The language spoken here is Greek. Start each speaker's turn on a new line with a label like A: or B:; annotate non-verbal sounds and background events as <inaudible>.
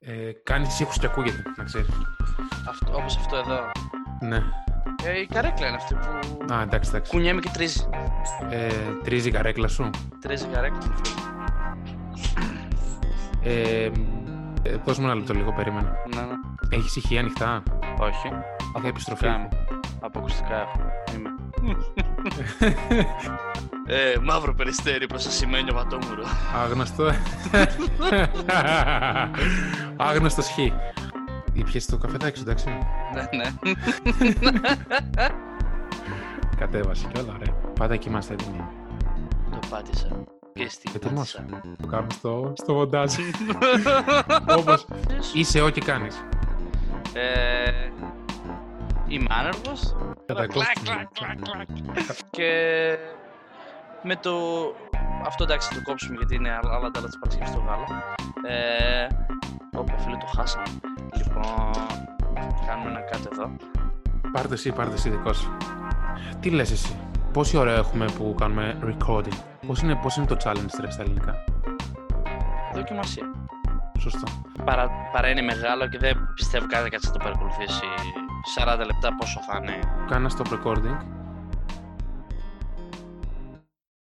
A: Ε, κάνεις ήχους και ακούγεται, να ξέρεις.
B: Αυτό, όπως αυτό εδώ.
A: Ναι.
B: Ε, η καρέκλα είναι αυτή που
A: Α, εντάξει, εντάξει.
B: κουνιέμαι και τρίζει.
A: Ε, τρίζει η καρέκλα σου.
B: Τρίζει η καρέκλα.
A: Ε, ε, δώσ' μου ένα λεπτό λίγο, περίμενα.
B: Ναι, ναι.
A: Έχεις ηχεία ανοιχτά.
B: Όχι.
A: Είχα επιστροφή.
B: ακουστικά
A: ήχου.
B: είμαι. Από ακουστικά έχω. Είμαι. <laughs> ε, μαύρο περιστέρι προστασιμένο βατόμουρο.
A: Άγνωστο. Άγνωστος χ. Ήπιες το καφεδάκι σου, εντάξει.
B: ναι, ναι.
A: Κατέβασε και όλα, ρε. Πάντα κοιμάστε έτοιμοι.
B: Το πάτησα. Και στην
A: Ετοιμός.
B: <laughs> πάτησα.
A: Το κάνουμε στο, στο μοντάζ. Όπως είσαι ό,τι κάνεις.
B: ε, είμαι άνεργος.
A: Κατακόφτηκε.
B: Κλακ, κλακ, κλακ, κλακ. Και με το... Αυτό εντάξει το κόψουμε γιατί είναι άλλα άλλα τα άλλα της Παρασκευής το γάλα. Ε, Όπα φίλε το χάσαμε. Λοιπόν, κάνουμε ένα κάτι εδώ.
A: Πάρ' το εσύ, πάρ' το εσύ δικό σου. Τι λες εσύ, πόση ώρα έχουμε που κάνουμε recording. Πώς είναι, πώς είναι το challenge ρε στα ελληνικά.
B: Δοκιμασία.
A: Σωστό.
B: Παρά, παρά είναι μεγάλο και δεν πιστεύω κανένα κάτι θα το παρακολουθήσει 40 λεπτά πόσο θα είναι.
A: Κάνας stop recording